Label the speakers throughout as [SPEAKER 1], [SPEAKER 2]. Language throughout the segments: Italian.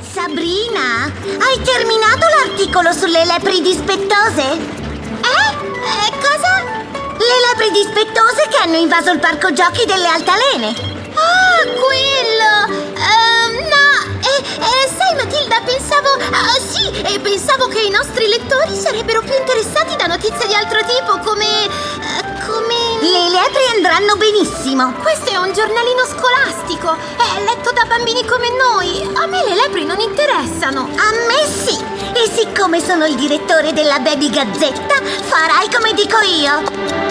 [SPEAKER 1] Sabrina, hai terminato l'articolo sulle lepridi spettose? Eh? eh cosa? Le lepridi spettose che hanno invaso il parco giochi delle altalene.
[SPEAKER 2] Ah, quello! Ehm, no, eh, eh, sai Matilda, pensavo... ah, sì, eh, pensavo che i nostri lettori sarebbero più interessati da notizie di altro tipo, come... eh, come...
[SPEAKER 1] Le lepri andranno benissimo.
[SPEAKER 2] Questo è un giornalino scolastico, è letto da bambini come noi. A me le lepri non interessano.
[SPEAKER 1] A me sì! E siccome sono il direttore della Baby Gazzetta, farai come dico io.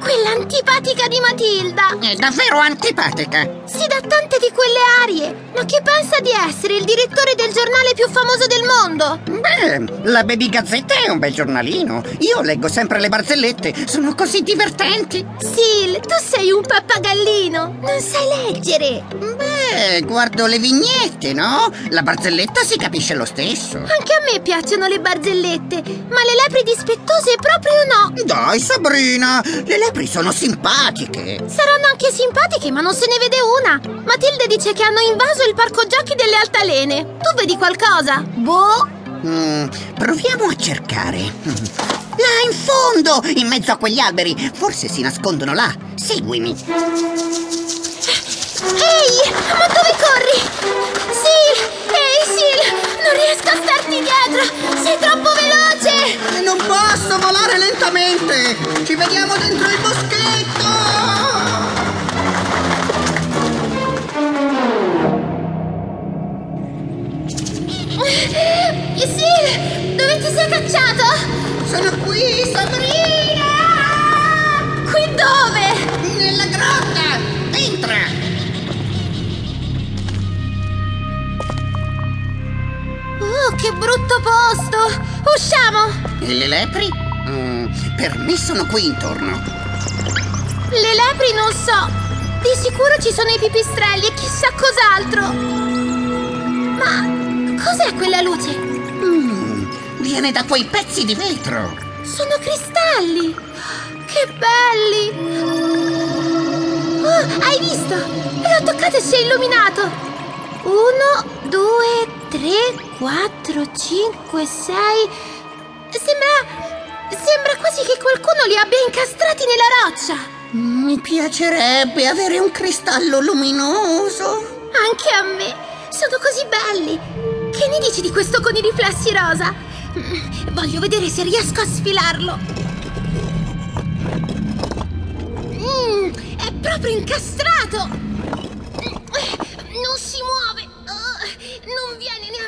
[SPEAKER 2] Quella antipatica di Matilda!
[SPEAKER 3] È davvero antipatica.
[SPEAKER 2] Si dà tante di quelle arie, ma chi pensa di essere il direttore del giornale più famoso del mondo?
[SPEAKER 3] Beh, la Baby Gazzetta è un bel giornalino. Io leggo sempre le barzellette, sono così divertenti.
[SPEAKER 2] Sil, tu sei un pappagallino! Non sai leggere!
[SPEAKER 3] Beh, guardo le vignette, no? La barzelletta si capisce lo stesso.
[SPEAKER 2] Anche a me piacciono le barzellette, ma le lepri dispettose proprio no!
[SPEAKER 3] Dai, Sabrina, le lepri sono simpatiche.
[SPEAKER 2] Saranno anche simpatiche, ma non se ne vede una. Matilde dice che hanno invaso il parco giochi delle altalene. Tu vedi qualcosa? Boh.
[SPEAKER 3] Mm, proviamo a cercare. Là in fondo, in mezzo a quegli alberi. Forse si nascondono là. Seguimi.
[SPEAKER 2] Ehi, ma dove corri? Sil, ehi Sil, non riesco a starti dietro. Sei troppo veloce.
[SPEAKER 4] Non posso volare lentamente! Ci vediamo dentro il boschetto!
[SPEAKER 2] Sil, Eh, dove ti sei cacciato?
[SPEAKER 4] Sono qui, Sabrina!
[SPEAKER 2] Qui dove?
[SPEAKER 4] Nella grotta! Entra!
[SPEAKER 2] Oh, che brutto posto! Usciamo!
[SPEAKER 3] E le lepri? Mm, per me sono qui intorno.
[SPEAKER 2] Le lepri non so. Di sicuro ci sono i pipistrelli e chissà cos'altro. Ma cos'è quella luce?
[SPEAKER 3] Mm, viene da quei pezzi di vetro.
[SPEAKER 2] Sono cristalli! Che belli! Oh, hai visto? L'ho toccato e si è illuminato! Uno, due, tre, quattro, cinque, sei. Sembra. sembra quasi che qualcuno li abbia incastrati nella roccia!
[SPEAKER 4] Mi piacerebbe avere un cristallo luminoso.
[SPEAKER 2] Anche a me! Sono così belli! Che ne dici di questo con i riflessi rosa? Mm, Voglio vedere se riesco a sfilarlo! Mm, è proprio eh, incastrato! Mm, Non si muove! Oh, Non viene neanche